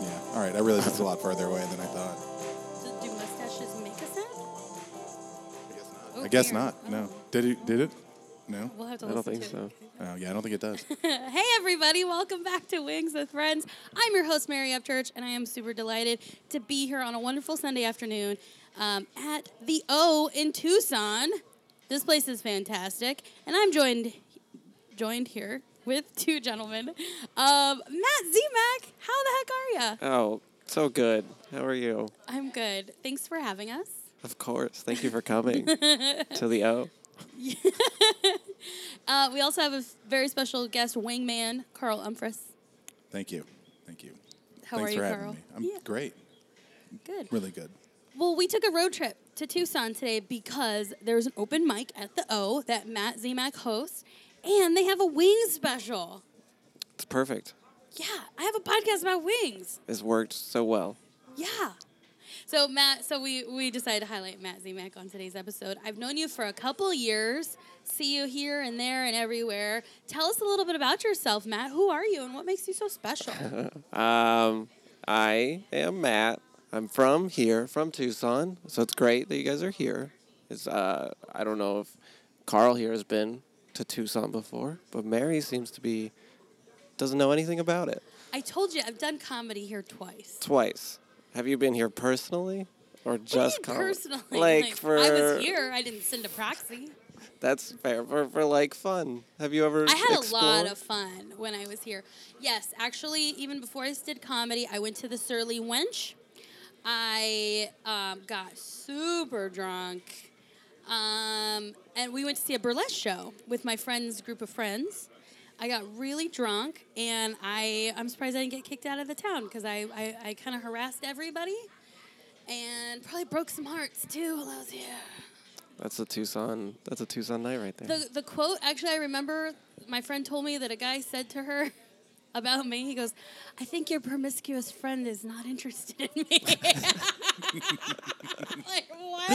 Yeah. All right. I realize it's a lot farther away than I thought. Do, do mustaches make a sound? Oh, I guess dear. not. No. Oh. Did it? Did it? No. We'll have to I don't listen think to so. it. Oh, yeah. I don't think it does. hey, everybody. Welcome back to Wings with Friends. I'm your host, Mary Upchurch, and I am super delighted to be here on a wonderful Sunday afternoon um, at the O in Tucson. This place is fantastic, and I'm joined joined here with two gentlemen. Um, Matt Zemak, how the heck are you? Oh, so good. How are you? I'm good. Thanks for having us. Of course. Thank you for coming to the O. Uh, we also have a very special guest, wingman Carl Umfress. Thank you. Thank you. How Thanks are you, for having Carl? me. I'm Yeah. great. Good. Really good. Well, we took a road trip to Tucson today because there was an open mic at the O that Matt Zemak hosts, and they have a wings special. It's perfect. Yeah, I have a podcast about wings. It's worked so well. Yeah. So Matt, so we we decided to highlight Matt Zemak on today's episode. I've known you for a couple years. See you here and there and everywhere. Tell us a little bit about yourself, Matt. Who are you and what makes you so special? Um, I am Matt. I'm from here, from Tucson. So it's great that you guys are here. It's uh, I don't know if Carl here has been to Tucson before, but Mary seems to be doesn't know anything about it. I told you I've done comedy here twice. Twice. Have you been here personally or just What do Carl? you mean personally. Like, for I was here. I didn't send a proxy. That's fair for, for like fun. Have you ever? I had a lot explored? of fun when I was here. Yes, actually, even before I did comedy, I went to the Surly Wench. I um, got super drunk, um, and we went to see a burlesque show with my friend's group of friends. I got really drunk, and I I'm surprised I didn't get kicked out of the town because I I, I kind of harassed everybody, and probably broke some hearts too while I was here. That's a Tucson. That's a Tucson night right there. The the quote actually I remember my friend told me that a guy said to her about me. He goes, "I think your promiscuous friend is not interested in me." like what?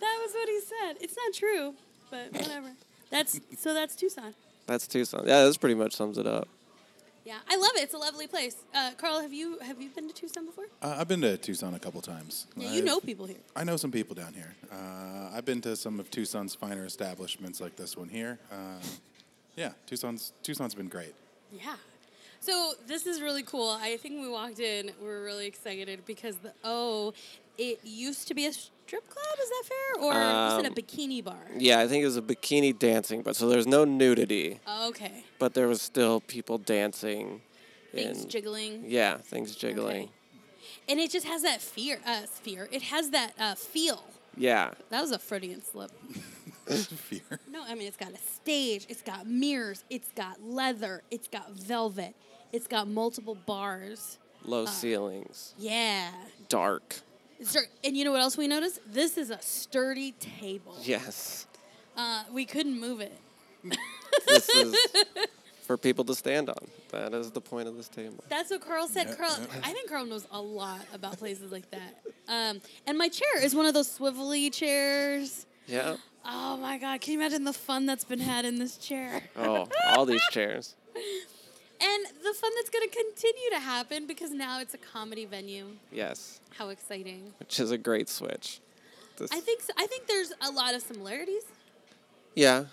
That was what he said. It's not true, but whatever. That's so that's Tucson. that's Tucson. Yeah, that's pretty much sums it up. Yeah, I love it. It's a lovely place. Uh, Carl, have you have you been to Tucson before? Uh, I've been to Tucson a couple times. Yeah, you I've- know people here. I know some people down here. Uh, I've been to some of Tucson's finer establishments, like this one here. Uh, yeah, Tucson's Tucson's been great. Yeah. So this is really cool. I think when we walked in, we were really excited because the O, it used to be a strip club. Is that fair? Or you said Um, a bikini bar? Yeah, I think it was a bikini dancing, but so there's no nudity, Okay. but there was still people dancing. Things and- jiggling. Yeah, things jiggling. Okay. And it just has that fear. Uh, fear. It has that uh, feel. Yeah, That was a Freudian slip. Fear. No, I mean it's got a stage. It's got mirrors. It's got leather. It's got velvet. It's got multiple bars. low ceilings, Yeah. dark. Sir, and you know what else we noticed? This is a sturdy table. Yes, Uh, we couldn't move it. this is for people to stand on. That is the point of this table. That's what Carl said. Yeah, Carl, yeah. I think Carl knows a lot about places like that. Um, and my chair is one of those swivelly chairs. Yeah. Oh my God! Can you imagine the fun that's been had in this chair? Oh, all these chairs. And the fun that's going to continue to happen because now it's a comedy venue. Yes, How exciting! which is a great switch. This- I think so, I think there's a lot of similarities. Yeah.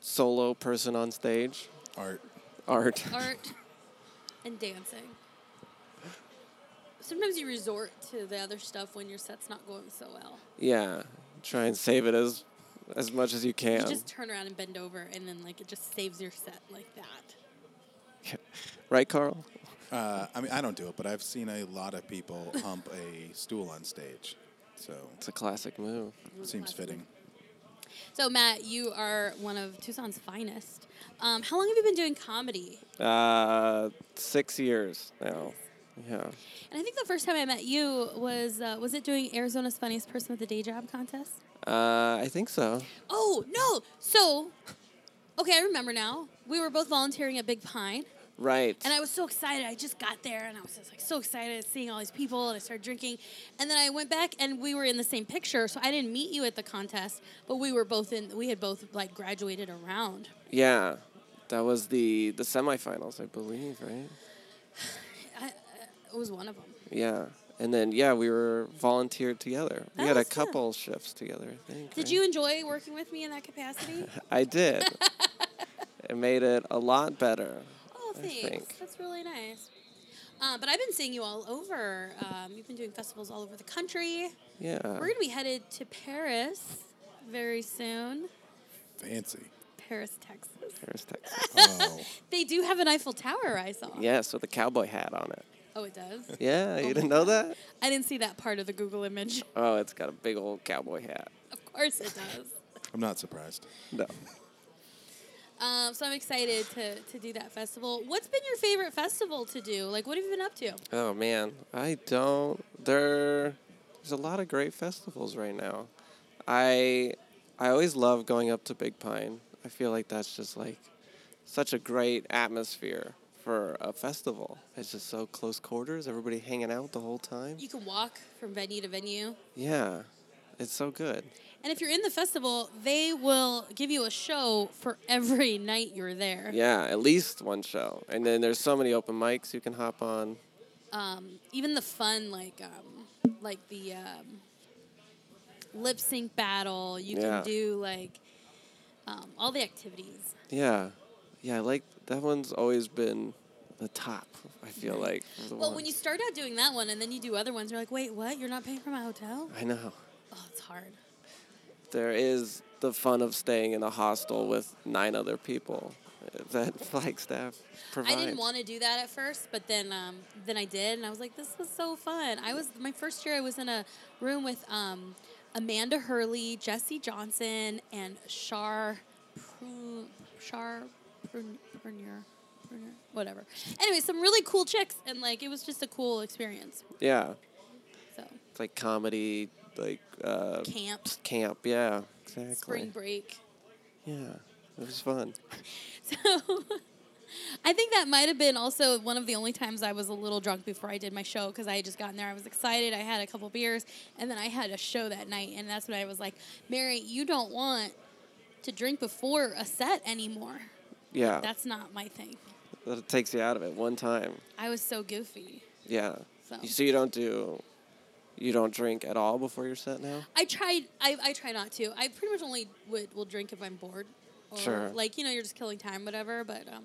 Solo person on stage. Art. Art. art and dancing. Sometimes you resort to the other stuff when your set's not going so well. Yeah. Try and save it as as much as you can. You just turn around and bend over, and then like it just saves your set like that. right, Carl? Uh, I mean, I don't do it, but I've seen a lot of people hump a stool on stage, so It's a classic move. it seems fitting. So Matt, you are one of Tucson's finest. Um, how long have you been doing comedy? Uh, six years now. Yeah. And I think the first time I met you was uh, was it doing Arizona's Funniest Person with the Day Job contest? Uh, I think so. Oh no! So, okay, I remember now. We were both volunteering at Big Pine. Right. And I was so excited. I just got there and I was just like so excited seeing all these people and I started drinking. And then I went back and we were in the same picture. So I didn't meet you at the contest, but we were both in we had both like graduated around. yeah. That was the the semifinals, I believe, right? It was one of them. Yeah. And then yeah, we were volunteered together. That we had a was fun. couple shifts together, I think. Did right? you enjoy working with me in that capacity? I did. it made it a lot better. Oh, I thanks. think. That's really nice. Uh, but I've been seeing you all over. Um, you've been doing festivals all over the country. Yeah. We're going to be headed to Paris very soon. Fancy. Paris, Texas. Paris, Texas. Oh, They do have an Eiffel Tower, I saw. yes, with a cowboy hat on it. Oh, it does? Yeah, you my didn't know God. that? I didn't see that part of the Google image. Oh, it's got a big old cowboy hat. Of course it does. I'm not surprised. No. Um, so I'm excited to, to do that festival. What's been your favorite festival to do? Like, what have you been up to? Oh man, I don't. There, there's a lot of great festivals right now. I, I always love going up to Big Pine. I feel like that's just like, such a great atmosphere for a festival. It's just so close quarters. Everybody hanging out the whole time. You can walk from venue to venue. Yeah, it's so good. And if you're in the festival, they will give you a show for every night you're there. Yeah, at least one show, and then there's so many open mics you can hop on. Um, even the fun, like um, like the um, lip sync battle, you Yeah. can do like um, all the activities. Yeah, yeah, I like that one's always been the top. I feel like. for the Mm-hmm. Well, when ones. you start out doing that one and then you do other ones, you're like, wait, what? You're not paying for my hotel? I know. Oh, it's hard. there is the fun of staying in a hostel with nine other people eh, that Flagstaff provides. I didn't want to do that at first, but then um, then I did, and I was like, "This was so fun." I was my first year. I was in a room with um, Amanda Hurley, Jesse Johnson, and Shar Pru- Shar Prun- Prunier, Prunier, whatever. Anyway, some really cool chicks, and like it was just a cool experience. Yeah, So it's like comedy, like uh, camp, camp. Yeah, exactly. spring break. Yeah, it was fun. So I think that might have been also one of the only times I was a little drunk before I did my show because I had just gotten there. I was excited. I had a couple beers, and then I had a show that night, and that's when I was like, "Mary, you don't want to drink before a set anymore. Yeah, That's not my thing." that takes you out of it one time. I was so goofy. Yeah. So- You so you don't do, you don't drink at all before your set now. I tried. I, I try not to. I pretty much only would will drink if I'm bored. Or Sure. Like you know, you're just killing time, whatever. But um,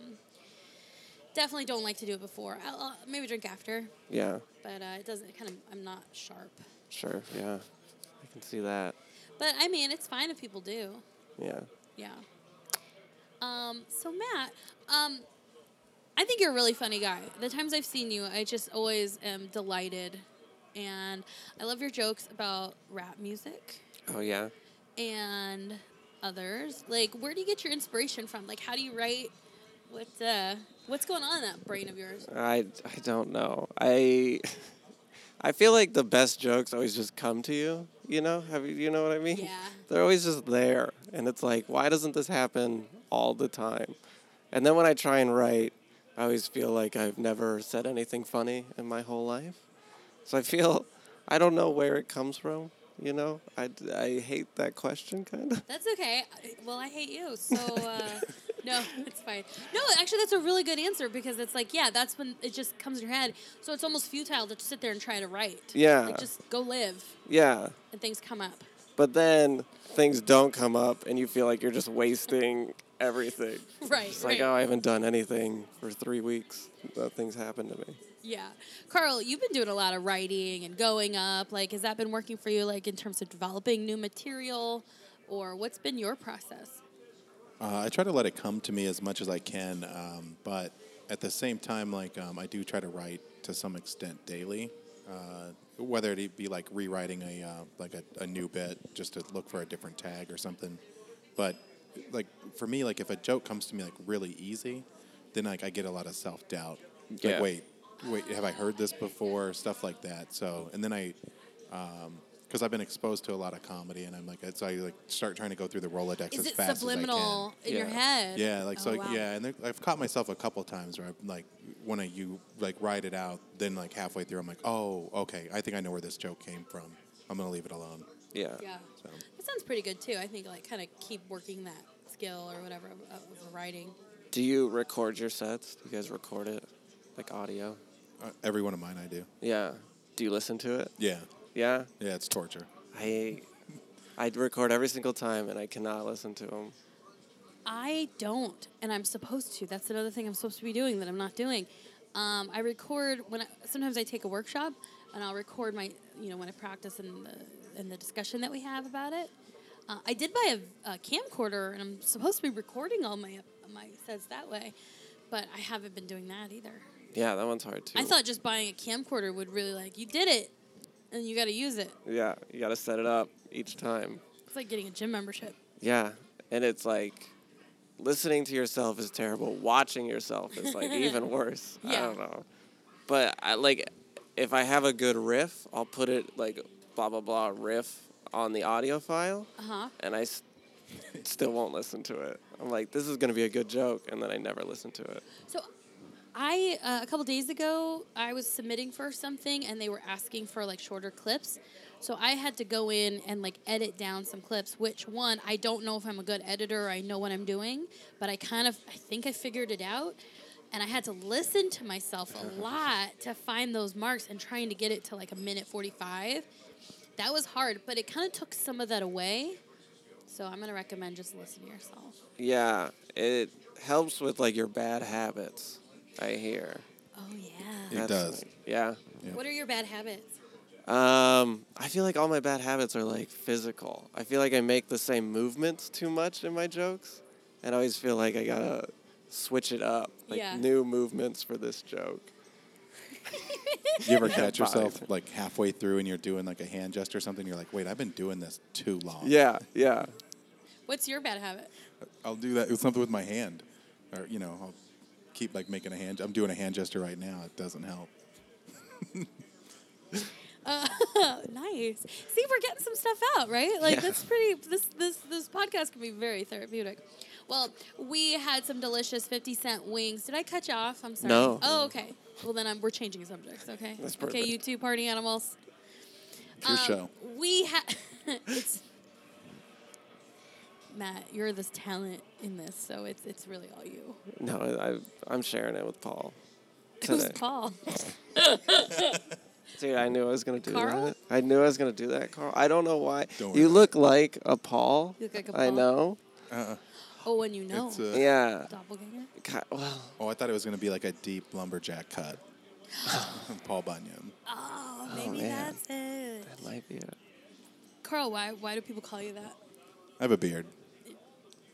definitely don't like to do it before. I'll, I'll maybe drink after, Yeah, but uh, it doesn't. Kind of, I'm not sharp. sure. Yeah, I can see that. But I mean, it's fine if people do. Yeah. Yeah. Um, so Matt, um, I think you're a really funny guy. The times I've seen you, I just always am delighted, and I love your jokes about rap music Oh yeah. and others. Like, where do you get your inspiration from? Like, how do you write? What uh, what's going on in that brain of yours? I, I don't know. I I feel like the best jokes always just come to you. You know, have you, you know what I mean? Yeah. They're always just there, and it's like, why doesn't this happen all the time? And then when I try and write, I always feel like I've never said anything funny in my whole life. So I feel I don't know where it comes from. You know, I, I hate that question kind of. That's okay. I- Well, I hate you, so uh, no, it's fine. No, actually, that's a really good answer because it's like, yeah, that's when it just comes in your head. So it's almost futile to just sit there and try to write. Yeah. like just go live, Yeah. and things come up. But then things don't come up, and you feel like you're just wasting everything. Right, It's right. like, oh, I haven't done anything for three weeks. Nothing's happened to me. Yeah, Carl, you've been doing a lot of writing and going up. Like, has that been working for you? Like in terms of developing new material, or what's been your process? Uh, I try to let it come to me as much as I can, um, but at the same time, like um, I do try to write to some extent daily, uh, whether it be like rewriting a uh, like a, a new bit just to look for a different tag or something. But like for me, like if a joke comes to me like really easy, then like I get a lot of self doubt. Yeah. Like wait, wait, have I heard this before? Stuff like that. So and then I because I've been exposed to a lot of comedy, and I'm like, so I like start trying to go through the Rolodex Is as it fast subliminal in your Yeah. as I head? can. Yeah, like so, Oh, like, wow. yeah, and there, I've caught myself a couple times where I'm like, when I, you like write it out, then like halfway through, I'm like, oh, okay, I think I know where this joke came from. I'm gonna leave it alone. Yeah. Yeah. So That sounds pretty good too. I think like kind of keep working that skill or whatever of, of writing. Do you record your sets? Do you guys record it, like audio? Uh, every one of mine, I do. Yeah. Do you listen to it? Yeah, Yeah. yeah, it's torture. I I record every single time, and I cannot listen to them. I don't, and I'm supposed to. That's another thing I'm supposed to be doing that I'm not doing. Um, I record when I, sometimes I take a workshop, and I'll record my you know when I practice and the and the discussion that we have about it. Uh, I did buy a, a camcorder, and I'm supposed to be recording all my my sets that way, but I haven't been doing that either. Yeah, that one's hard too. I thought just buying a camcorder would really like you did it, and you got to use it. Yeah, you got to set it up each time. It's like getting a gym membership. Yeah, and it's like listening to yourself is terrible. Watching yourself is like even worse. I Yeah. don't know. But I like if I have a good riff, I'll put it like blah blah blah riff on the audio file, Uh-huh. and I s- still won't listen to it. I'm like, this is gonna be a good joke, and then I never listen to it. So, I uh, a couple days ago I was submitting for something and they were asking for like shorter clips, so I had to go in and like edit down some clips. Which one I don't know if I'm a good editor. Or I know what I'm doing, but I kind of I think I figured it out, and I had to listen to myself a lot to find those marks and trying to get it to like a minute forty five. That was hard, but it kind of took some of that away. So I'm gonna recommend just listen to yourself. Yeah, it helps with like your bad habits. I hear. Oh It yeah. Yeah. That's, does. like- yeah. What are your bad habits? Um, I feel like all my bad habits are like physical. I feel like I make the same movements too much in my jokes, and I always feel like I gotta switch it up, like Yeah. new movements for this joke. You ever catch Bye. yourself like halfway through and you're doing like a hand gesture or something? You're like, wait, I've been doing this too long. Yeah, yeah, What's your bad habit? I'll do that with something with my hand, or you know, I'll keep like making a hand. I'm doing a hand gesture right now. It doesn't help. Nice. See, we're getting some stuff out, right? Like Yeah. that's pretty. This this this podcast can be very therapeutic. Well, we had some delicious fifty cent wings. Did I cut you off? I'm sorry. No. Oh, okay. Well, then I'm, we're changing subjects. Okay. That's okay, perfect. you two party animals. It's your Um, show. We had. it's Matt. You're this talent in this, so it's it's really all you. no, I, I I'm sharing it with Paul Who's today. Paul? Dude, I knew I was gonna do Carl? that. I knew I was gonna do that, Carl. I don't know why. Don't worry you about look like a Paul. You look like a I Paul. know. Oh, and you know. It's, uh, Yeah. Doppelganger. Ki- Well, Oh, I thought it was going to be like a deep lumberjack cut. Paul Bunyan. Oh, maybe man. that's it. that might be it. Carl, why why do people call you that? I have a beard.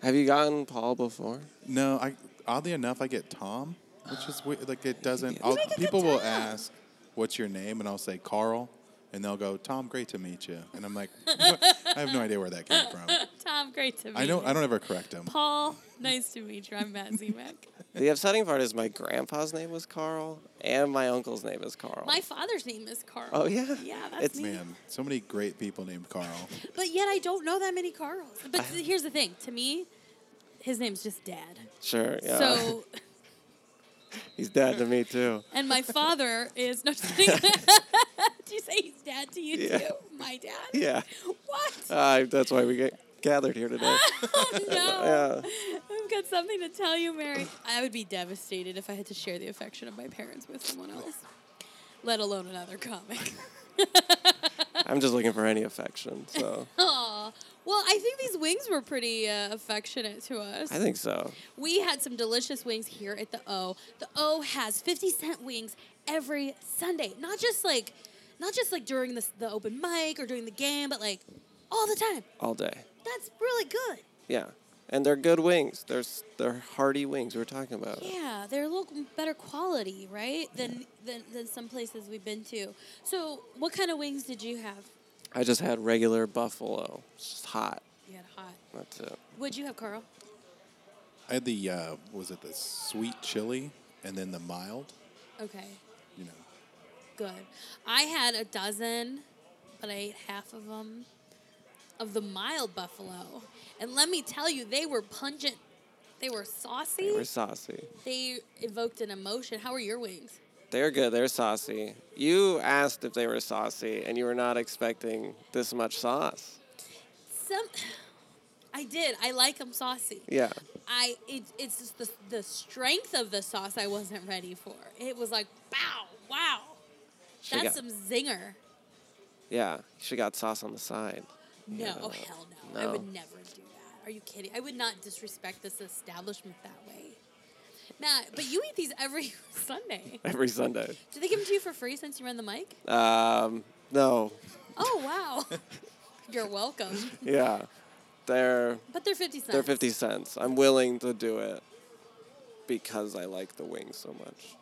Have you gotten Paul before? No, I oddly enough, I get Tom, which is weird. Like it doesn't. I'll, make a good people will Tom. ask, "What's your name?" and I'll say Carl, and they'll go, "Tom, great to meet you." And I'm like, what? I have no idea where that came from. Tom, great to meet I don't. you. I don't ever correct them. Paul, nice to meet you. I'm Matt Zemek. The upsetting part is my grandpa's name was Carl and my uncle's name is Carl. My father's name is Carl. Oh, yeah? Yeah, that's It's- me. Man, so many great people named Carl. But yet I don't know that many Carls. But th- here's the thing. To me, his name's just Dad. sure, yeah. So, He's dead to me too. and my father is no. Just kidding. Do you say he's Dad to you Yeah. too? My dad. Yeah. What? Uh, that's why we get gathered here today. oh no! yeah. I've got something to tell you, Mary. I would be devastated if I had to share the affection of my parents with someone else, let alone another comic. I'm just looking for any affection, so Aw. Well, I think these wings were pretty uh, affectionate to us. I think so. we had some delicious wings here at the O. The O has 50 cent wings every Sunday. Not just like not just like during the, the open mic or during the game, but like all the time. All day. That's really good. Yeah. And they're good wings. They're s- they're hearty wings we were talking about. Yeah, they're a little better quality, right? Than, than than some places we've been to. So, what kind of wings did you have? I just had regular buffalo. It's just hot. You had hot. That's it. What'd you have, Carl? I had the uh, what was it the sweet chili and then the mild, Okay, you know. good. I had a dozen, but I ate half of them of the mild buffalo. And let me tell you, they were pungent. They were saucy. They were saucy. they evoked an emotion. How were your wings? They're good. They're saucy. You asked if they were saucy, and you were not expecting this much sauce. Some I did. I like them saucy. Yeah. I it, it's just the, the strength of the sauce I wasn't ready for. It was like, wow, Wow. She That's got- some zinger. Yeah, she got sauce on the side. No, Yeah. hell no. I No. would never do that. Are you kidding? I would not disrespect this establishment that way. Matt, but you eat these every Sunday. every Sunday. Do they give them to you for free since you run the mic? Um, no, Oh, wow. You're welcome. yeah, they're But they're 50 cents. they're fifty cents. I'm willing to do it because I like the wings so much.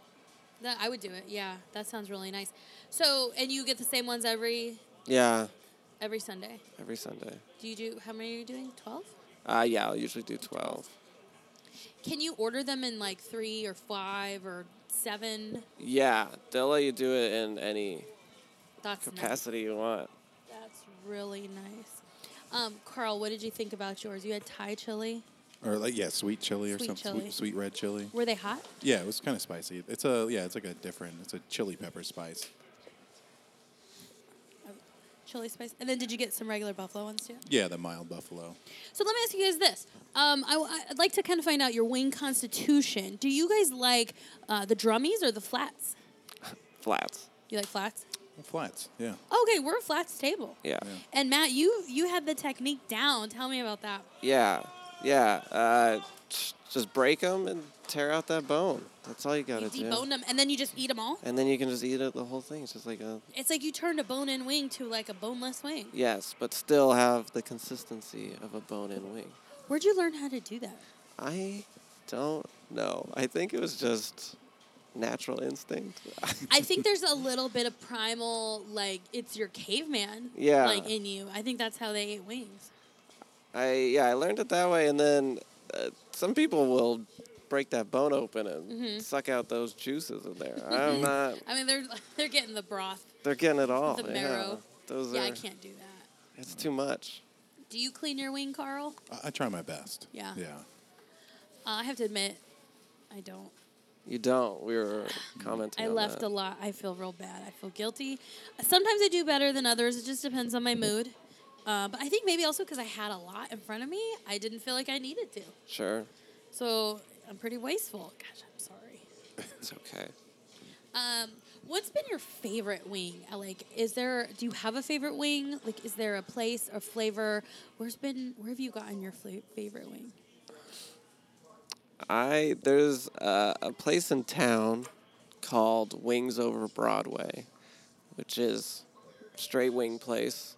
That- I would do it. Yeah, that sounds really nice. So, and you get the same ones every Yeah, every Sunday. every Sunday. Do you do how many are you doing? 12? Uh, yeah, I'll usually do twelve. Can you order them in like 3 or 5 or 7? Yeah, they'll let you do it in any That's nice. capacity you want. That's really nice. Um, Carl, what did you think about yours? You had Thai chili. Or like yeah, sweet chili or Sweet something. chili. Sweet, sweet red chili. Were they hot? Yeah, it was kind of spicy. It's a yeah, it's like a different. It's a chili pepper spice. Chili spice. And then did you get some regular buffalo ones too? Yeah, the mild buffalo. So let me ask you guys this. Um, I, would like to kind of find out your wing constitution. Do you guys like uh, the drummies or the flats? Flats. You like flats? Flats. Yeah. Okay, we're a flats table. Yeah. Yeah. And Matt, you you had the technique down. Tell me about that. Yeah. Yeah. Uh, j- just break them and tear out that bone. That's all you You gotta debone do. them and then you just eat them all. And then you can just eat it the whole thing. It's just like a It's like you turned a bone-in wing to like a boneless wing. yes, but still have the consistency of a bone-in wing. Where'd you learn how to do that? I don't know. I think it was just natural instinct. I think there's a little bit of primal, like it's your caveman, Yeah. like in you. I think that's how they ate wings. I yeah, I learned it that way, and then uh, some people will break that bone open and Mm-hmm. suck out those juices in there. I'm not. I mean, they're they're getting the broth. They're getting it all. The Oh, yeah. marrow. Those Yeah, are. I can't do that. It's too much. Do you clean your wing, Carl? I, I try my best. Yeah. Yeah. Uh, I have to admit, I don't. You don't. We were commenting. I on left that. a lot. I feel real bad. I feel guilty. Sometimes I do better than others. It just depends on my mood. Uh, but I think maybe also because I had a lot in front of me, I didn't feel like I needed to. Sure. So I'm pretty wasteful. Gosh, I'm sorry. It's okay. Um, what's been your favorite wing? Uh, Like, is there? Do you have a favorite wing? Like, is there a place or flavor? Where's been? Where have you gotten your fla- favorite wing? I there's uh, a place in town called Wings Over Broadway, which is straight wing place,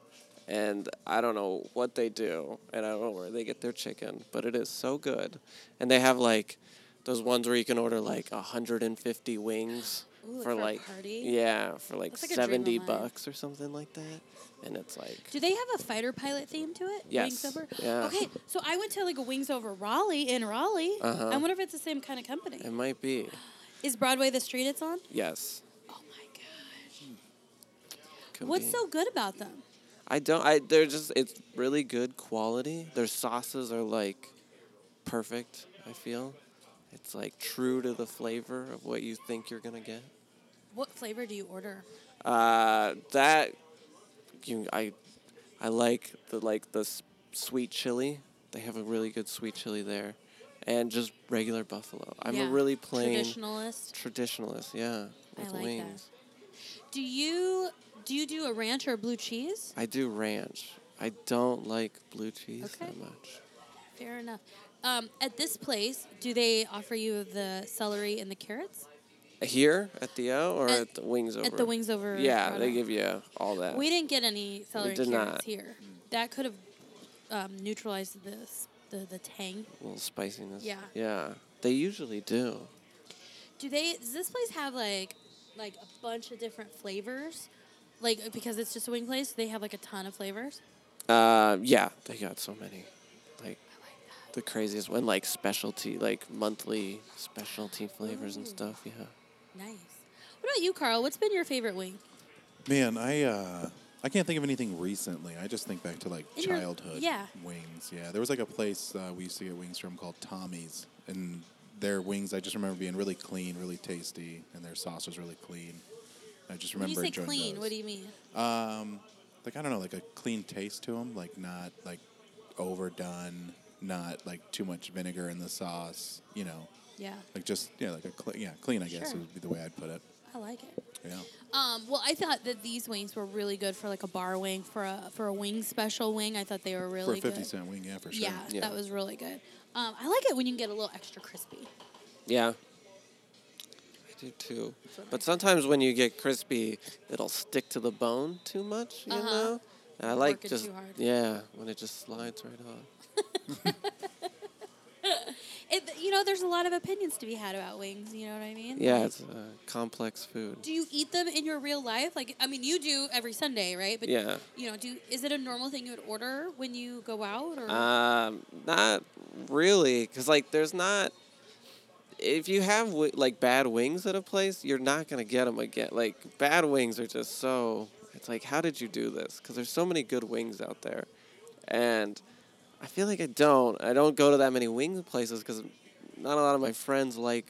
and I don't know what they do, and I don't know where they get their chicken, but it is so good, and they have like those ones where you can order like 150 wings Ooh, like for for a like party? yeah for like, That's like a dream of 70 mine. bucks or something like that, and it's like Do they have a fighter pilot theme to it? Wings Yes. over. Yeah. Okay, so I went to like a Wings over Raleigh in Raleigh. Uh-huh. I wonder if it's the same kind of company. it might be Is Broadway the street it's on? yes. Oh my gosh. could What's be. so good about them? I don't. I they're just. It's really good quality. Their sauces are like perfect. I feel it's like true to the flavor of what you think you're gonna get. What flavor do you order? Uh, that you I I like the like the s- sweet chili. They have a really good sweet chili there, and just regular buffalo. I'm Yeah. a really plain traditionalist. traditionalist. Yeah, I like with that. wings. Do you do you do a ranch or a blue cheese? I do ranch. I don't like blue cheese Okay. that much. Fair enough. Um, at this place, do they offer you the celery and the carrots? Here at the O or At- at, the Wings Over? at the Wings Over Yeah, Broadway. they give you all that. We didn't get any celery and Uh, did carrots not. here. That could have um, neutralized this the the tang. a little spiciness. Yeah. Yeah. They usually do. Do they? Does this place have like like a bunch of different flavors? Like because it's just a wing place, they have like a ton of flavors. Uh, yeah, they got so many. Like the craziest one, like specialty, like monthly specialty flavors and stuff. Yeah. Nice. What about you, Carl? What's been your favorite wing? Man, I uh, I can't think of anything recently. I just think back to like In your- childhood yeah. wings. Yeah, there was like a place uh, we used to get wings from called Tommy's, and their wings I just remember being really clean, really tasty, and their sauce was really clean. I just When you remember say enjoying clean, those. what do you mean? like I don't know, like a clean taste to them, like not like overdone, not like too much vinegar in the sauce, you know, Yeah, like just yeah, like a cl- yeah, clean I guess Sure. would be the way I'd put it. I like it. Yeah. Um, well, I thought that these wings were really good for like a bar wing, for a for a wing special wing. I thought they were For really a 50 good. cent wing, yeah, for sure. Yeah, Yeah. that was really good. Um, I like it when you can get a little extra crispy. Yeah. I do too. But sometimes when you get crispy, it'll stick to the bone too much, you Uh-huh. know? And I like Work it just, too hard. yeah, when it just slides right off. It, you know, there's a lot of opinions to be had about wings. You know what I mean? Yeah, Like, it's uh, complex food. do you eat them in your real life? Like, I mean, you do every Sunday, right? But Yeah. you know, do is it a normal thing you would order when you go out? Or Um, not really, because like there's not. If you have wi- like bad wings at a place, you're not gonna get them again. Like bad wings are just so. It's like how did you do this? Because there's so many good wings out there, and I feel like I don't. I don't go to that many wing places because not a lot of my friends like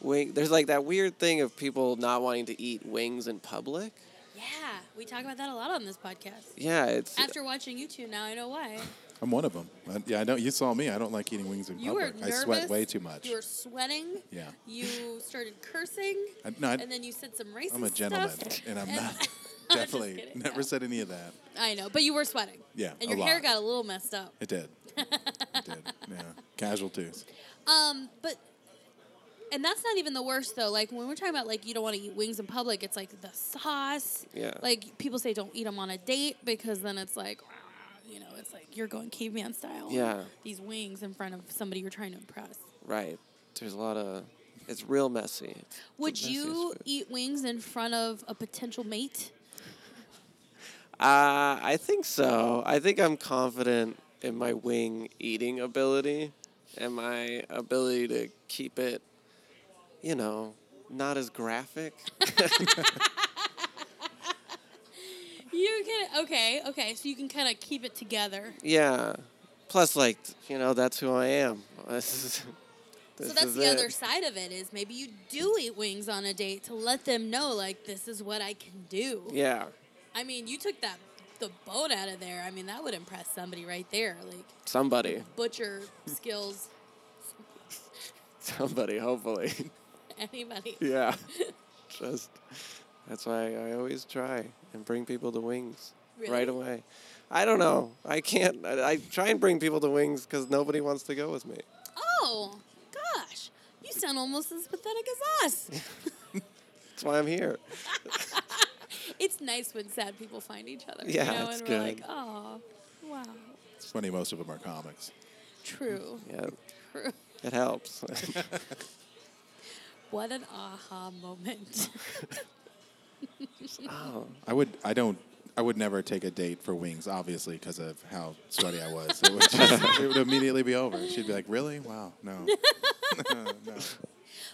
wing. There's like that weird thing of people not wanting to eat wings in public. yeah, we talk about that a lot on this podcast. Yeah, it's After watching you two, now I know why. I'm one of them. I, yeah, I know. You saw me. I don't like eating wings in You were public. I nervous. sweat way too much. You were sweating. Yeah. You started cursing, I, no, I, and then you said some racist I'm a gentleman, stuff. and I'm And- not. I'm just Definitely kidding. never said any of that. I know, but you were sweating. Yeah, And a your hair lot. got a little messed up. It did. it did. Yeah. Casualties. Um, but and that's not even the worst though. Like when we're talking about like you don't want to eat wings in public, it's like the sauce. Yeah. Like people say don't eat them on a date because then it's like, you know, it's like you're going caveman style. on Yeah. These wings in front of somebody you're trying to impress. right. There's a lot of. It's real messy. It's Would the messiest you food. eat wings in front of a potential mate? Uh, I think so. I think I'm confident in my wing eating ability and my ability to keep it, you know, not as graphic. You can okay, okay. So you can kind of keep it together. yeah. Plus, like, you know, that's who I am. This is, So this that's is the it. other side of it is maybe you do eat wings on a date to let them know like this is what I can do. Yeah. I mean, you took that the boat out of there. I mean, that would impress somebody right there. Like Somebody. butcher skills, Somebody, hopefully. anybody. yeah. Just. That's why I always try and bring people to wings Really? right away. I don't know. I can't. I, I try and bring people to wings because nobody wants to go with me. Oh gosh, you sound almost as pathetic as us. That's why I'm here. it's nice when sad people find each other. Yeah, you know? it's and good. we're like, oh, wow, It's funny. Most of them are comics. true, Yeah, true. it helps. What an aha moment. oh, I would. I don't. I would never take a date for wings, obviously, because of how sweaty I was. It would, just, it would immediately be over. She'd be like, "Really? Wow, no." no.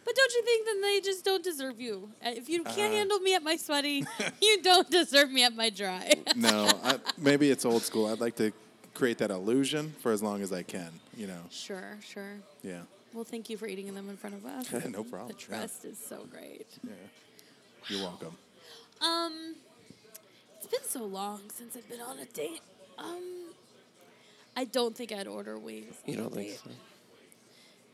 But don't you think then they just don't deserve you? Uh, If you can't Uh. handle me at my sweaty, you don't deserve me at my dry. No, I, maybe it's old school. I'd like to create that illusion for as long as I can. You know, sure, sure. yeah, Well, thank you for eating them in front of us. no the problem. Yeah. trust is so great. yeah. You're welcome. Um, it's been so long since I've been on a date. Um, I don't think I'd order wings. you on a don't think date. so?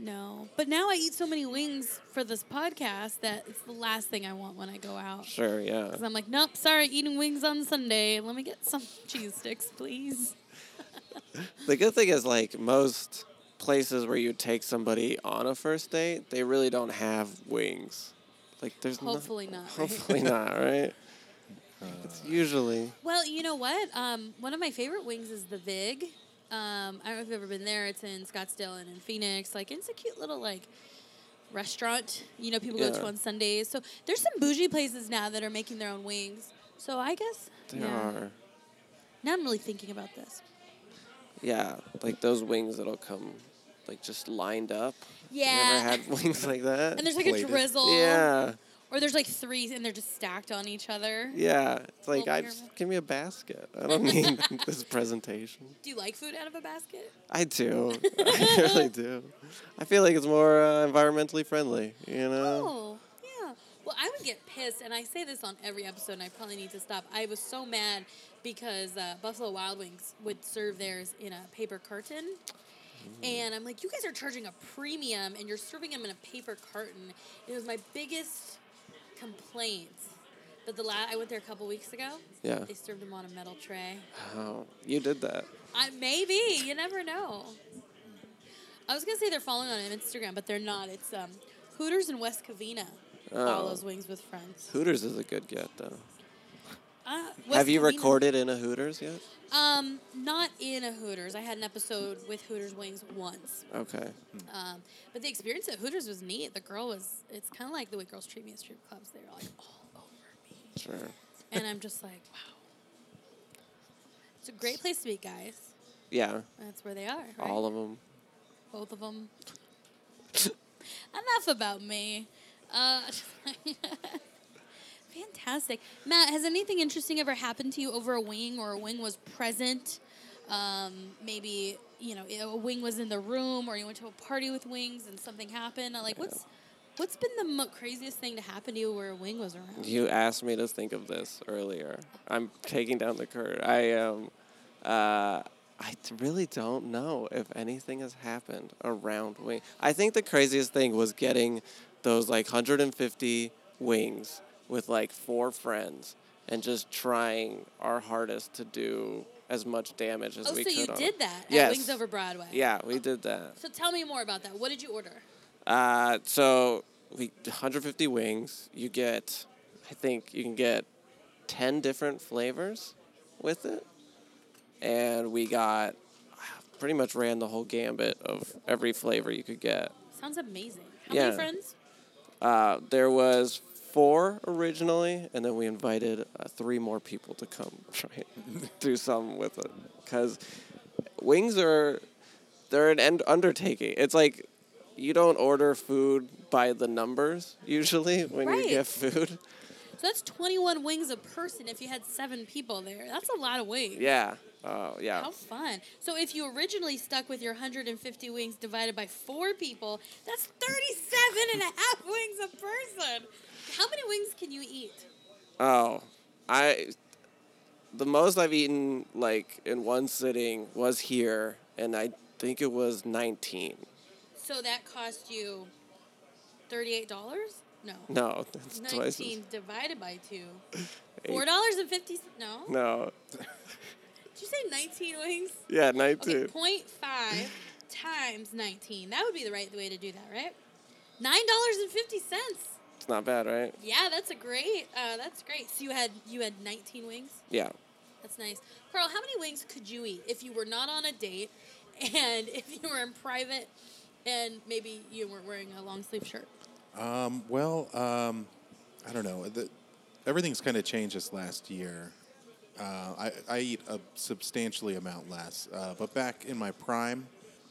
No, but now I eat so many wings for this podcast that it's the last thing I want when I go out. Sure, yeah. 'Cause I'm like, nope, sorry, eating wings on Sunday. Let me get some cheese sticks, please. The good thing is, like, most places where you take somebody on a first date, they really don't have wings. Like, there's no- Hopefully not, right? Hopefully not, right? it's usually. Well, you know what? Um, one of my favorite wings is the Vig. Um, I don't know if you've ever been there. It's in Scottsdale and in Phoenix. Like it's a cute little like restaurant. You know, people go to Yeah. on Sundays. So there's some bougie places now that are making their own wings. So I guess There yeah. are. Now I'm really thinking about this. Yeah, like those wings that'll come, like, just lined up. You Yeah. ever had wings like that? And there's like Plated. a drizzle. yeah, Or there's like three and they're just stacked on each other. yeah. It's like, Little I pyramid. just give me a basket. I don't need this presentation. Do you like food out of a basket? I do. I really do. I feel like it's more uh, environmentally friendly, you know? Oh, yeah. Well, I would get pissed, and I say this on every episode, and I probably need to stop. I was so mad because uh, Buffalo Wild Wings would serve theirs in a paper carton. And I'm like, you guys are charging a premium, and you're serving them in a paper carton. It was my biggest complaint But the la- I went there a couple weeks ago. Yeah. They served them on a metal tray. Oh, you did that. I, maybe you never know. I was gonna say they're following on Instagram, but they're not. It's um, Hooters in West Covina Oh. follows Wings with Friends. Hooters is a good get though. Uh, Have West you Covina- recorded in a Hooters yet? Um, not in a Hooters. I had an episode with Hooters Wings once, Okay. um, but the experience at Hooters was neat. The girl was. It's kind of like the way girls treat me at strip clubs. They're like all over me, Sure. and I'm just like, wow. It's a great place to meet guys. Yeah. That's where they are. Right? All of them. both of them. Enough about me. Uh, fantastic, Matt. Has anything interesting ever happened to you over a wing, or a wing was present? Um, maybe you know a wing was in the room, or you went to a party with wings and something happened. Like what's what's been the mo- craziest thing to happen to you where a wing was around? You asked me to think of this earlier. I'm taking down the curtain. I am. Uh, I t- really don't know if anything has happened around wing. I think the craziest thing was getting those like 150 wings with like four friends and just trying our hardest to do as much damage as Oh, we so could. you on- did that at Yes. Wings Over Broadway. Yeah, we did that. So tell me more about that. What did you order? Uh, so we 150 wings. You get, I think you can get 10 different flavors with it, and we got pretty much ran the whole gambit of every flavor you could get. Sounds amazing. How Yeah. many friends? Uh, there was four originally, and then we invited uh, three more people to come try and do something with it. Because wings are, they're an end- undertaking. It's like you don't order food by the numbers usually when Right. you get food. So that's 21 wings a person if you had seven people there. That's a lot of wings. Yeah. Oh, yeah. How fun. So if you originally stuck with your 150 wings divided by four people, that's 37 and a half wings a person. How many wings can you eat? Oh, I. The most I've eaten like in one sitting was here, and I think it was 19. So that cost you $38? No. No, that's twice. as- 19 divided by 2. $4.50. No. Did No. you say 19 wings? Yeah, Okay, 19. point 0.5 times 19. That would be the right way to do that, right? $9.50. It's not bad, right? Yeah, that's a great. Uh, that's great. So you had you had 19 wings. Yeah. That's nice. Carl, how many wings could you eat if you were not on a date, and if you were in private, and maybe you weren't wearing a long sleeve shirt? Um, well, um, I don't know. The, everything's kind of changed this last year. Uh, I, I eat a substantially amount less, uh, but back in my prime,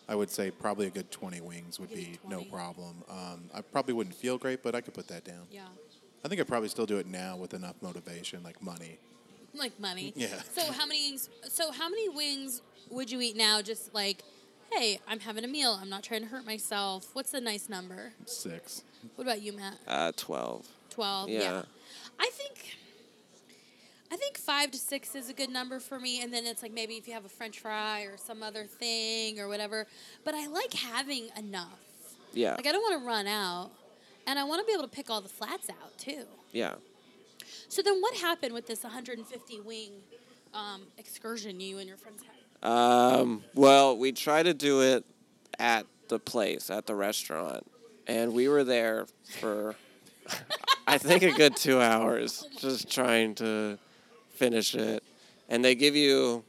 I would say probably a good 20 wings would Maybe be no 20. problem. Um, I probably wouldn't feel great, but I could put that down. Yeah, I think I'd probably still do it now with enough motivation, like money. like money. Yeah. So how many? wings- So how many wings would you eat now? Just like, hey, I'm having a meal. I'm not trying to hurt myself. What's a nice number? Six. What about you, Matt? Uh, 12. 12 yeah. Yeah. i think i think five to six is a good number for me and then it's like maybe if you have a french fry or some other thing or whatever but i like having enough Yeah. like i don't want to run out and i want to be able to pick all the flats out too yeah. so then what happened with this 150 wing um, excursion you and your friends had Um, well, we try to do it at the place, at the restaurant. And we were there for, I think, a good two hours just trying to finish it. And they give you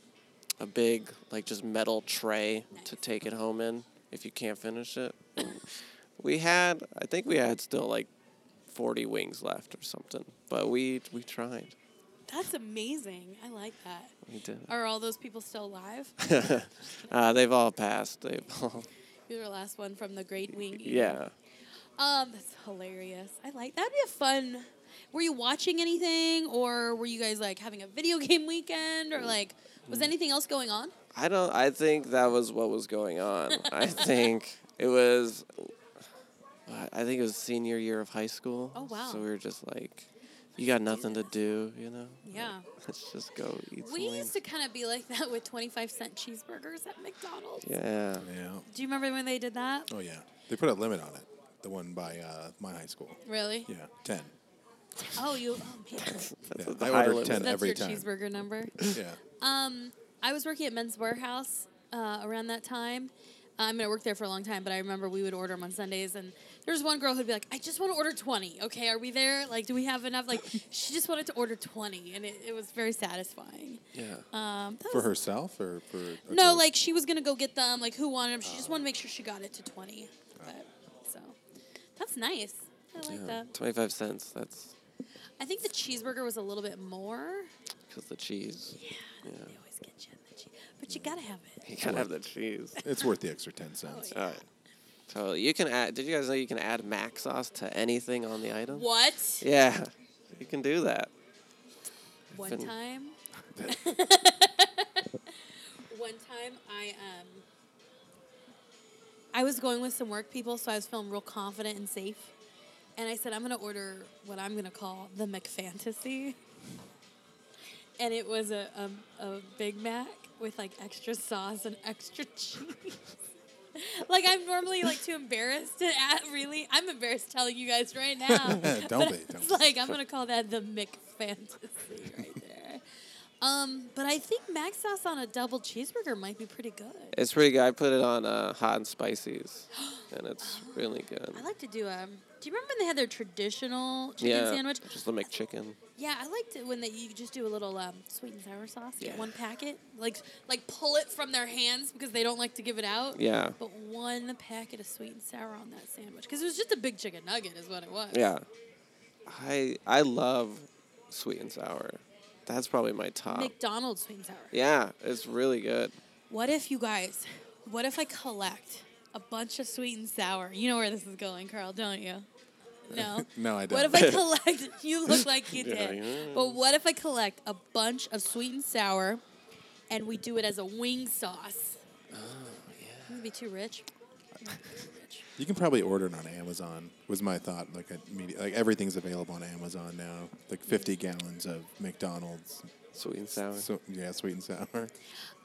a big, like, just metal tray to take it home in if you can't finish it. we had, I think we had still like 40 wings left or something. But we, we tried. that's amazing i like that We did. it. are all those people still alive Uh, they've all passed. They've all, you were the last one from the great wing eater. yeah. Um, that's hilarious. I like that'd be a fun. Were you watching anything, or were you guys like having a video game weekend, or like was anything else going on? I don't. I think that was what was going on. I think it was. I think it was senior year of high school. Oh, wow. So we were just like, you got nothing to do, you know? Yeah, Let's just go eat. we some used to kind of be like that with twenty-five cent cheeseburgers at McDonald's. wings. Yeah. Yeah. Do you remember when they did that? Oh, yeah. They put a limit on it, the one by uh, my high school. Really? Yeah, 10. Oh, you. Oh, man. Yeah, what the I order highlight ten was. That's every your time. cheeseburger number. Yeah. Um, I was working at Men's Warehouse uh, around that time. Uh, I mean, I worked there for a long time, but I remember we would order them on Sundays, and there was one girl who'd be like, "I just want to order twenty. Okay, are we there? Like, do we have enough? Like, she just wanted to order twenty, and it, it was very satisfying. Yeah. Um, that For was- herself or for or No, for- like she was gonna go get them. Like, who wanted them? She just wanted to make sure she got it to twenty. But so, that's nice. I like yeah. that. Twenty-five cents. That's I think the cheeseburger was a little bit more. because the cheese. Yeah, they always get you the cheese, but you gotta have it. You gotta have the cheese. it's worth the extra ten cents. Oh, All right. So you can add. Did you guys know you can add mac sauce to anything on the item? What? Yeah, you can do that. One Fin- time. One time, I um, I was going with some work people, so I was feeling real confident and safe, and I said I'm gonna order what I'm gonna call the McFantasy, and it was a a, a Big Mac with like extra sauce and extra cheese. Like I'm normally like too embarrassed to add, really. I'm embarrassed telling you guys right now. Don't but be, I don't was be. like I'm gonna call that the McFantasy right there. Um, but I think mac sauce on a double cheeseburger might be pretty good. It's pretty good. I put it on uh, hot and spices, and it's really good. I like to do um. Do you remember when they had their traditional chicken yeah, sandwich? just the McChicken. Yeah, I liked it when they you just do a little um, sweet and sour sauce. Get Yeah. one packet, like like pull it from their hands because they don't like to give it out. Yeah, But one packet of sweet and sour on that sandwich because it was just a big chicken nugget, is what it was. yeah. I I love sweet and sour. That's probably my top. McDonald's sweet and sour. yeah, it's really good. What if you guys? What if I collect a bunch of sweet and sour? You know where this is going, Carl, don't you? No. No, I What don't. if I collect? You look like you Yeah, did. yeah. But what if I collect a bunch of sweet and sour, and we do it as a wing sauce? Oh yeah. Would be too rich. You can probably order it on Amazon. Was my thought like at media, like everything's available on Amazon now. Like fifty gallons of McDonald's. Sweet and sour. So, yeah, sweet and sour.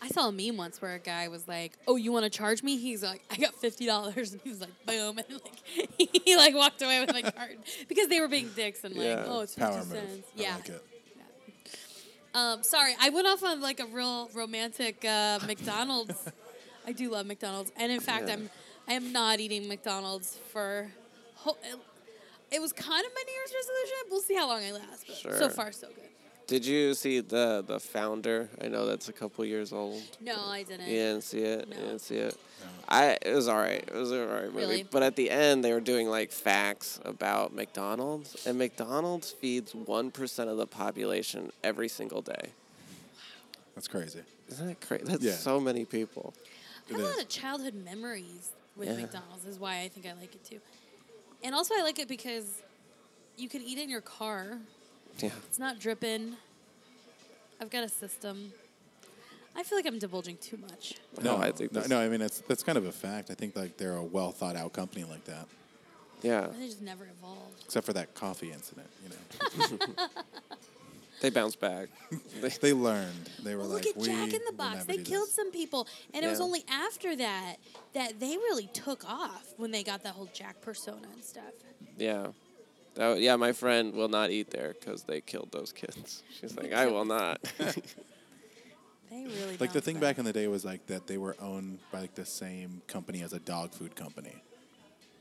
I saw a meme once where a guy was like, "Oh, you want to charge me?" He's like, "I got fifty dollars," and he was like, "Boom!" And like he like walked away with my card because they were being dicks and like, Yeah, "Oh, it's fifty Power move. cents." I Yeah. like it. Um, sorry, I went off on like a real romantic uh, McDonald's. I do love McDonald's, and in fact, Yeah. I'm I am not eating McDonald's for. Ho- it was kind of my New Year's resolution. We'll see how long I last, but so Sure. far so good. Did you see the the founder? I know that's a couple years old. No, I didn't. You didn't see it. No. You didn't see it. I it was all right. It was an all right movie. Really? But at the end, they were doing like facts about McDonald's, and McDonald's feeds one percent of the population every single day. That's crazy. Isn't that crazy? That's Yeah. so many people. I have a It lot is. of childhood memories with Yeah. McDonald's. Is why I think I like it too, and also I like it because you can eat it in your car. Yeah. It's not dripping. I've got a system. I feel like I'm divulging too much. No, I think no, this- no, I mean that's that's kind of a fact. I think like they're a well thought out company like that, Yeah. They just never evolved. except for that coffee incident. You know, They bounce back. they learned. They were Well, like, look at we Jack in the will Box. never They do this." killed some people, and it was Yeah. only after that that they really took off when they got that whole Jack persona and stuff. yeah. That, yeah, my friend will not eat there because they killed those kids. She's like, I will not. They really Like the bounced thing back in the day was like that they were owned by like the same company as a dog food company.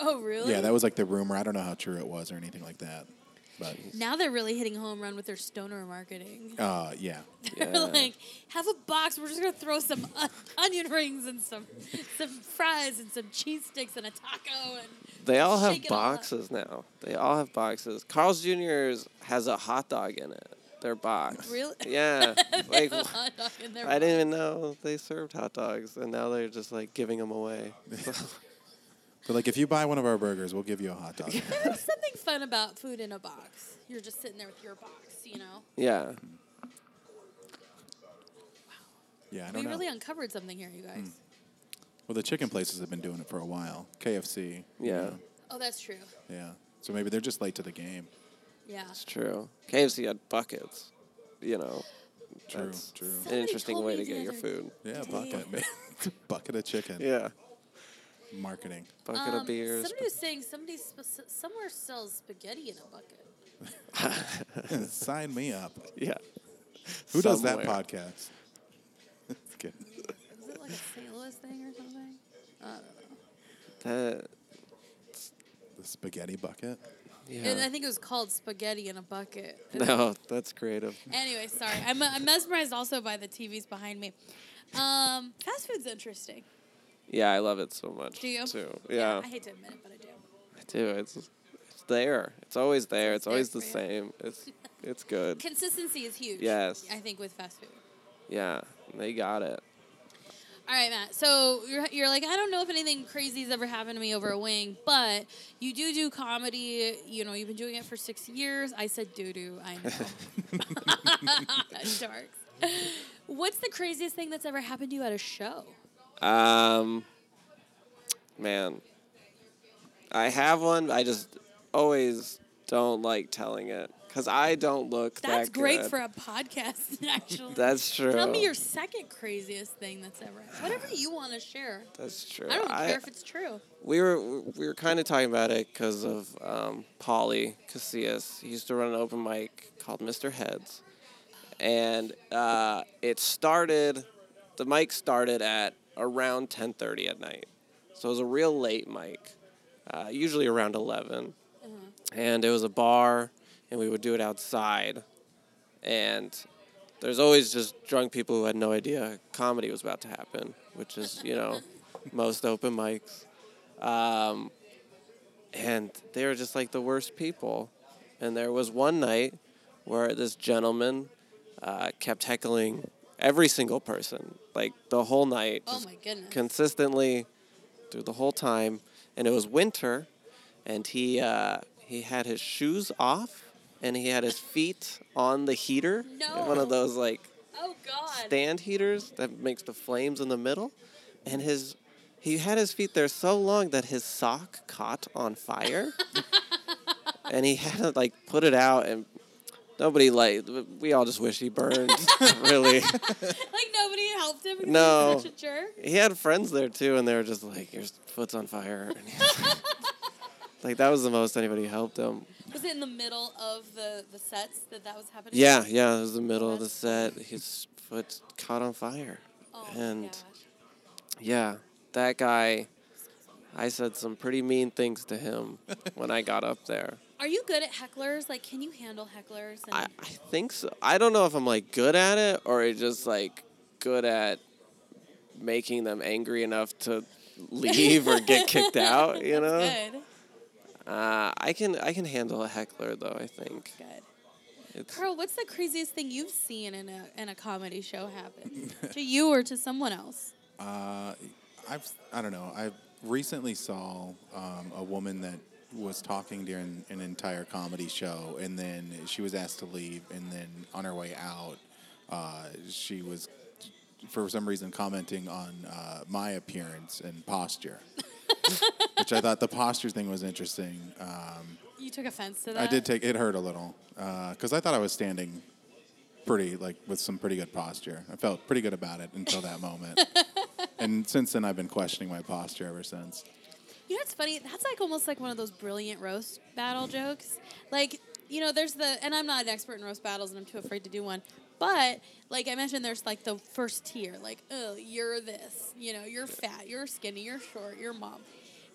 Oh really? Yeah, that was like the rumor. I don't know how true it was or anything like that, but now they're really hitting home run with their stoner marketing. uh, yeah, They're Yeah. like, have a box. We're just gonna throw some on- onion rings and some some fries and some cheese sticks and a taco and They all have Shake it all up. boxes now. They all have boxes. Carl's Jr.'s has a hot dog in it. Their box. Really? Yeah. like a hot dog in their I didn't even know they served hot dogs, and now they're just like giving them away. but like if you buy one of our burgers, we'll give you a hot dog. box. There's something fun about food in a box. You're just sitting there with your box, you know. yeah. yeah, I We don't know. really uncovered something here, you guys. Hmm. well, the chicken places have been doing it for a while. KFC. you Yeah. know, Oh, that's true. yeah. So maybe they're just late to the game. Yeah. It's true. KFC had buckets. You know. True, That's true. An Somebody interesting told way me to the get your other- food. Yeah, Damn. bucket, man. bucket of chicken. Yeah. Marketing. Bucket Um, of beers. Somebody was saying somebody sp- somewhere sells spaghetti in a bucket. Sign me up. Yeah. Who does that Somewhere. podcast? Just kidding. Is it like a St. Louis thing or something? That- The spaghetti bucket. And I yeah. think it was called Spaghetti in a Bucket. No, that's creative. Anyway, sorry. I'm, uh, I'm mesmerized also by the TVs behind me. Um, fast food's interesting. Yeah, I love it so much. Do you? Too. Yeah. I hate to admit it, but I do. I do. It's it's there. It's always there. It's there always the for you. same. It's it's good. Consistency is huge. Yes. I think with fast food. Yeah. They got it. All right, Matt. So you're, you're like, I don't know if anything crazy's ever happened to me over a wing, but you do do comedy. You know, you've been doing it for six years. I said doo doo. I know. Sharks. What's the craziest thing that's ever happened to you at a show? Um, man, I have one. I just always don't like telling it because I don't look. That's that great good. for a podcast, actually. That's true. Tell me your second craziest thing that's ever happened. Whatever you want to share. That's true. I don't care if it's true. we were we were kind of talking about it because of um, Polly Casillas. He used to run an open mic called Mr. Heads, and uh, it started. The mic started at around ten thirty at night, so it was a real late mic, uh, usually around 11 And it was a bar, and we would do it outside, and there's always just drunk people who had no idea comedy was about to happen, which is you know most open mics Um, and they were just like the worst people. And there was one night where this gentleman uh, kept heckling every single person, like the whole night, Oh just my goodness. consistently through the whole time. And it was winter, and he uh, he had his shoes off, and he had his feet on the heater, one No. of those like oh God. stand heaters that makes the flames in the middle, and his he had his feet there so long that his sock caught on fire, and he had to like put it out and. Nobody like we all just wish he burned. really, like nobody helped him. because he No. was Such a jerk. he had friends there too, and they were just like, "Your foot's on fire." And he was- like that was the most anybody helped him. Was it in the middle of the, the sets that that was happening? Yeah, yeah, it was the middle of the set. His foot caught on fire, Oh and my gosh. Yeah, that guy. I said some pretty mean things to him when I got up there. Are you good at hecklers? Like, can you handle hecklers? And, I, I think so. I don't know if I'm like good at it or it just like good at making them angry enough to leave or get kicked out. You know, good. Uh, I can I can handle a heckler though. I think Good. it's Carl, what's the craziest thing you've seen in a in a comedy show happen to you or to someone else? Uh, I've I don't know. I recently saw um, a woman that was talking during an entire comedy show, and then she was asked to leave, and then on her way out, uh, she was for some reason commenting on uh, my appearance and posture. Which I thought the posture thing was interesting. Um, You took offense to that. I did take it hurt a little because I thought I was standing pretty like with some pretty good posture. I felt pretty good about it until that moment, and since then I've been questioning my posture ever since. You know what's funny? That's like almost like one of those brilliant roast battle jokes. Like, you know, there's the, and I'm not an expert in roast battles and I'm too afraid to do one. But, like I mentioned, there's like the first tier, like, oh, you're this, you know, you're fat, you're skinny, you're short, you're mom.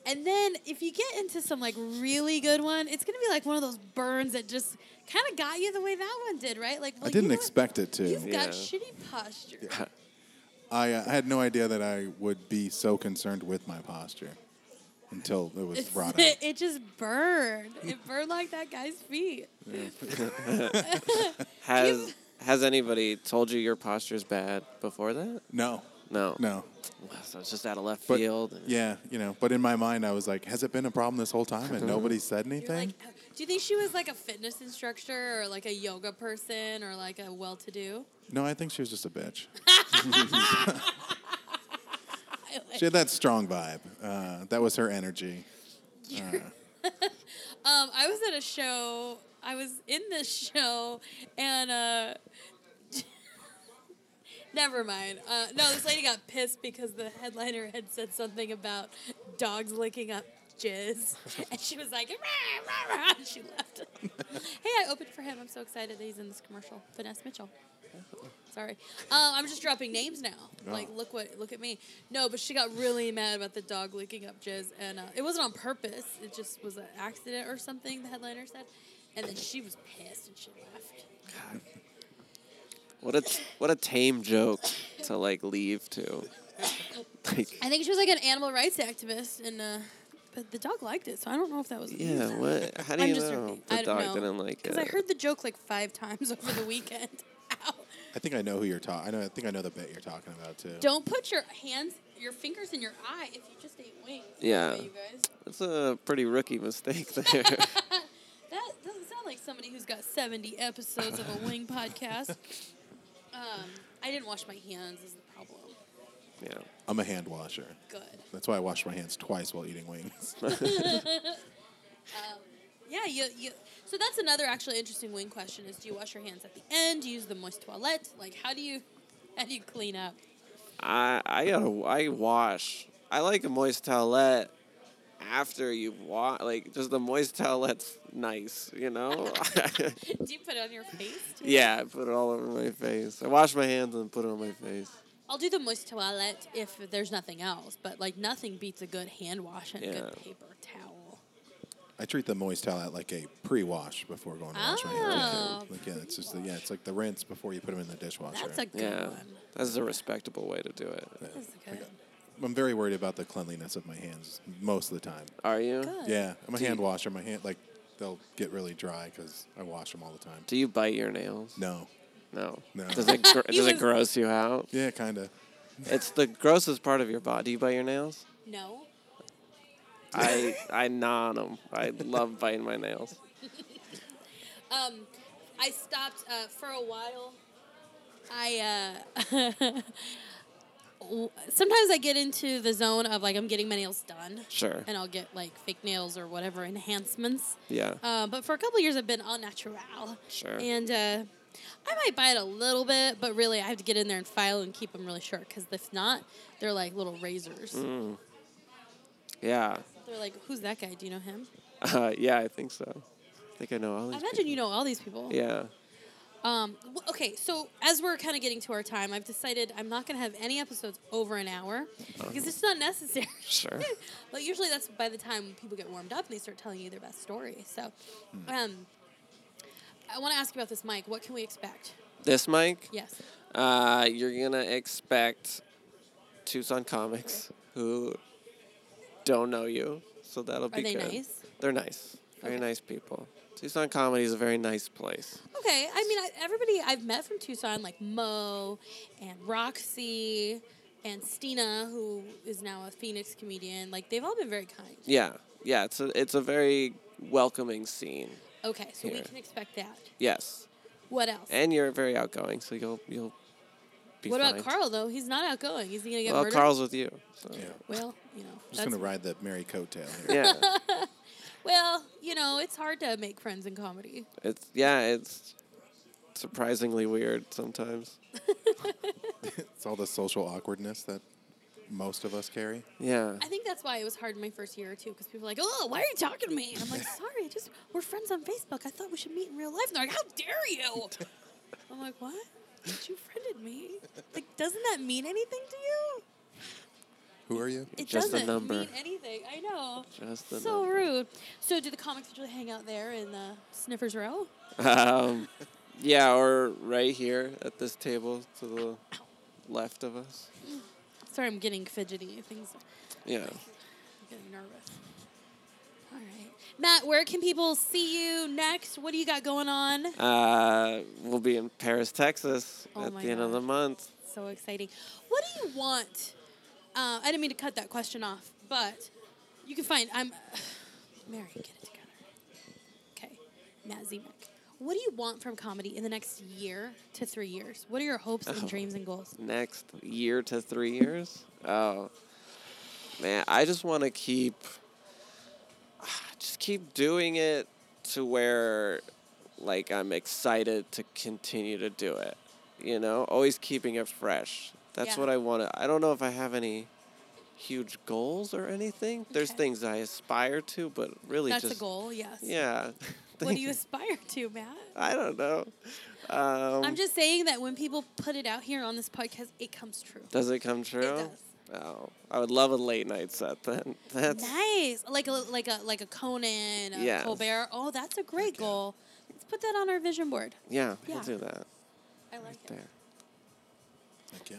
And then if you get into some like really good one, it's going to be like one of those burns that just kind of got you the way that one did, right? Like, I well, you didn't know what? expect it to. You've Yeah. got shitty posture. I, uh, I had no idea that I would be so concerned with my posture until it was It's- brought up. it, just burned. It burned like that guy's feet. has has anybody told you your posture's bad before that? No, No. no. Wow, So it's just out of left But field. and- yeah, you know. But in my mind, I was like, "Has it been a problem this whole time and nobody said You're anything?" like, "Oh." do you think she was like a fitness instructor or like a yoga person or like a well-to-do? no, I think she was just a bitch. I like- She had that strong vibe. Uh, that was her energy. Um, I was at a show. I was in this show, and uh, never mind. Uh, no, this lady got pissed because the headliner had said something about dogs licking up jizz. and she was like, rah, rah, rah, and she left. hey, I opened for him. I'm so excited that he's in this commercial. Finesse Mitchell. Sorry, um, I'm just dropping names now. Like, look what, look at me. No, but she got really mad about the dog licking up jizz, and uh, it wasn't on purpose. It just was an accident or something. The headliner said, and then she was pissed and she left. What a t- what a tame joke to like leave to. Like, I think she was like an animal rights activist, and uh, but the dog liked it, so I don't know if that was. yeah, what? How do I'm you just know joking. the I don't dog know. didn't like it? Because I heard the joke like five times over the weekend. Ow. I think I know who you're talking. I know. I think I know the bit you're talking about too. Don't put your hands, your fingers in your eye if you just ate wings. Yeah. You guys. That's a pretty rookie mistake there. That doesn't sound like somebody who's got 70 episodes of a wing podcast. Um, I didn't wash my hands, is the problem. yeah. I'm a hand washer. Good. That's why I wash my hands twice while eating wings. Yeah, you, you. So that's another actually interesting wing question: is do you wash your hands at the end? Do you use the moist toilet? Like, how do you, how do you clean up? I I gotta I wash. I like a moist towelette after you wash. Like just the moist towelette's nice, you know. Do you put it on your face? too? yeah, I put it all over my face. I wash my hands and put it on my face. I'll do the moist toilet if there's nothing else, but like nothing beats a good hand wash and a good Yeah. paper towel. I treat the moist towelette like a pre-wash before going to wash my Oh. hands. Like, yeah, it's just the, yeah, it's like the rinse before you put them in the dishwasher. That's a good yeah, one. that's a respectable way to do it. That's good. I'm very worried about the cleanliness of my hands most of the time. Are you? Good. Yeah, I'm a hand washer. My hand like they'll get really dry because I wash them all the time. Do you bite your nails? No. No. No. Does it gr- He does it was- gross you out? Yeah, kind of. It's the grossest part of your body. Do you bite your nails? No. I I gnaw on 'em. I love biting my nails. Um, I stopped uh, for a while. I uh, w- sometimes I get into the zone of like I'm getting my nails done, Sure. and I'll get like fake nails or whatever enhancements. Yeah. Uh, but for a couple years, I've been all natural. Sure. And uh, I might bite a little bit, but really, I have to get in there and file and keep them really short because if not, they're like little razors. Mm. yeah. They're like, who's that guy? Do you know him? Uh, yeah, I think so. I think I know all I these. imagine you know all these people. people. Yeah. Um, w- okay, so as we're kind of getting to our time, I've decided I'm not going to have any episodes over an hour because it's not necessary. Sure. but usually that's by the time people get warmed up and they start telling you their best story. So um, I want to ask you about this mic. What can we expect? This mic. Yes. Uh, you're gonna expect Tucson comics who don't know you, so that'll be they good. nice? They're nice. Very Okay. nice people. Tucson comedy is a very nice place. Okay, I mean, I, everybody I've met from Tucson, like Mo and Roxy and Stina, who is now a Phoenix comedian, like they've all been very kind. Yeah. Yeah. It's a it's a very welcoming scene. Okay, so we Here. can expect that. Yes. What else? And you're very outgoing, so you'll you'll be what fine. about Carl though? He's not outgoing. Is he gonna get Well, murdered? Carl's with you. So. Yeah. well, you know. Just that's- gonna ride the merry coattail here. Yeah. well, you know, it's hard to make friends in comedy. It's yeah, it's surprisingly weird sometimes. It's all the social awkwardness that most of us carry. Yeah. I think that's why it was hard in my first year or two because people were like, "Oh, why are you talking to me?" And I'm like, "Sorry, I just we're friends on Facebook. I thought we should meet in real life." And they're like, "How dare you?" I'm like, "What? But you friended me? Like, doesn't that mean anything to you? Who are you? It Just a doesn't number. mean anything. I know. Just a so number. rude. So, do the comics usually hang out there in the Sniffers Row? Um, yeah, or right here at this table to the left of us. Sorry, I'm getting fidgety. Things Yeah. getting nervous. All right. Matt, where can people see you next? What do you got going on? Uh, we'll be in Paris, Texas Oh at my the end of God. the month. So exciting. What do you want? Uh, I didn't mean to cut that question off, but you can find. I'm. Mary, get it together. Okay. Matt Zemek. What do you want from comedy in the next year to three years? What are your hopes Oh. and dreams and goals? Next year to three years. Oh, man, I just want to keep, just keep doing it to where, like, I'm excited to continue to do it. You know, always keeping it fresh. That's Yeah. what I want to. I don't know if I have any huge goals or anything. There's Okay. things I aspire to, but really That's just a goal, yes. Yeah. What do you aspire to, Matt? I don't know. Um, I'm just saying that when people put it out here on this podcast, it comes true. Does it come true? does. Oh, I would love a late night set then. That's Nice, like a like a like a Conan, a Yes. Colbert. Oh, that's a great goal. Let's put that on our vision board. yeah, Yeah. We'll do that I like it. there. Heck yeah.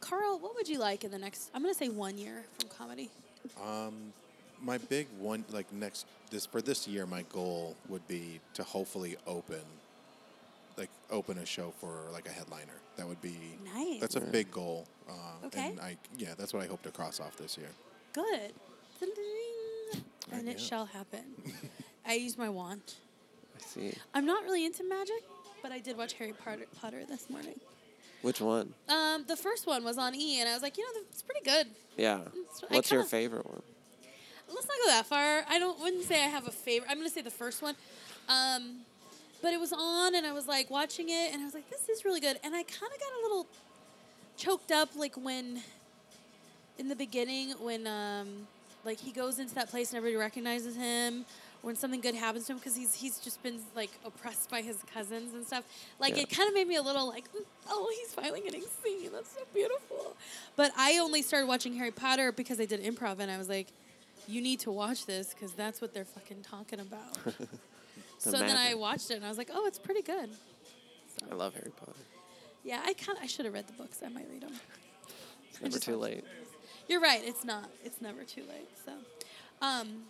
Carl, what would you like in the next? I'm gonna say one year from comedy. my big one like next this for this year my goal would be to hopefully open like open a show for like a headliner that would be Nice. that's a big goal uh, Okay. and i yeah that's what i hope to cross off this year Good. Ding, ding, ding. And it yeah. shall happen. I used my wand. I see. I'm not really into magic, but I did watch Harry Potter, Potter this morning. Which one? Um, the first one was on E, and I was like, you know, it's pretty good. Yeah. It's- I What's your kinda- favorite one? Let's not go that far. I don't wouldn't say I have a favorite. I'm gonna say the first one. Um, but it was on, and I was like watching it, and I was like, this is really good. And I kind of got a little choked up, like when in the beginning when um, like he goes into that place and everybody recognizes him. When something good happens to him, because he's he's just been like oppressed by his cousins and stuff. Like Yeah. it kind of made me a little like, "Mm, oh, he's finally getting seen. That's so beautiful. But I only started watching Harry Potter because I did improv, and I was like, you need to watch this because that's what they're fucking talking about. so then I magic. watched it and I was like, oh, it's pretty good. I love Harry Potter. Yeah, I kind I should have read the books. I might read them. It's never too late. You're right. It's not. It's never too late. So, um,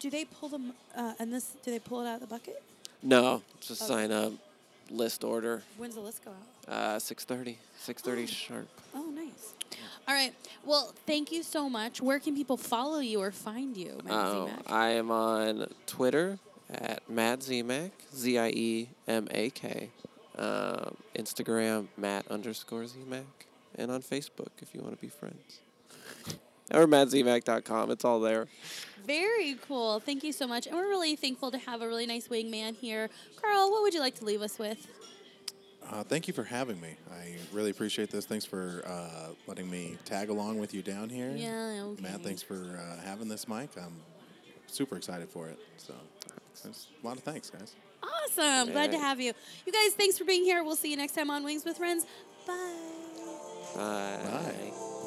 do they pull them? Uh, and this do they pull it out of the bucket? No, just sign up. List order. When's the list go out? Uh, six thirty. Six thirty sharp. Oh, nice. All right. Well, thank you so much. Where can people follow you or find you, Matt Oh, Zemeck? I am on Twitter at Matt Zemak, Z I E M A K. Um, Instagram, Matt underscore Zemak. And on Facebook if you want to be friends. or MattZemac.com. It's all there. Very cool. Thank you so much. And we're really thankful to have a really nice wingman here. Carl, what would you like to leave us with? uh, thank you for having me i really appreciate this thanks for uh, letting me tag along with you down here Yeah, okay. matt thanks for uh, having this mic i'm super excited for it so there's a lot of thanks guys Awesome. Glad to Hey. have you. You guys, thanks for being here. We'll see you next time on Wings with Friends. Bye. Bye. Bye.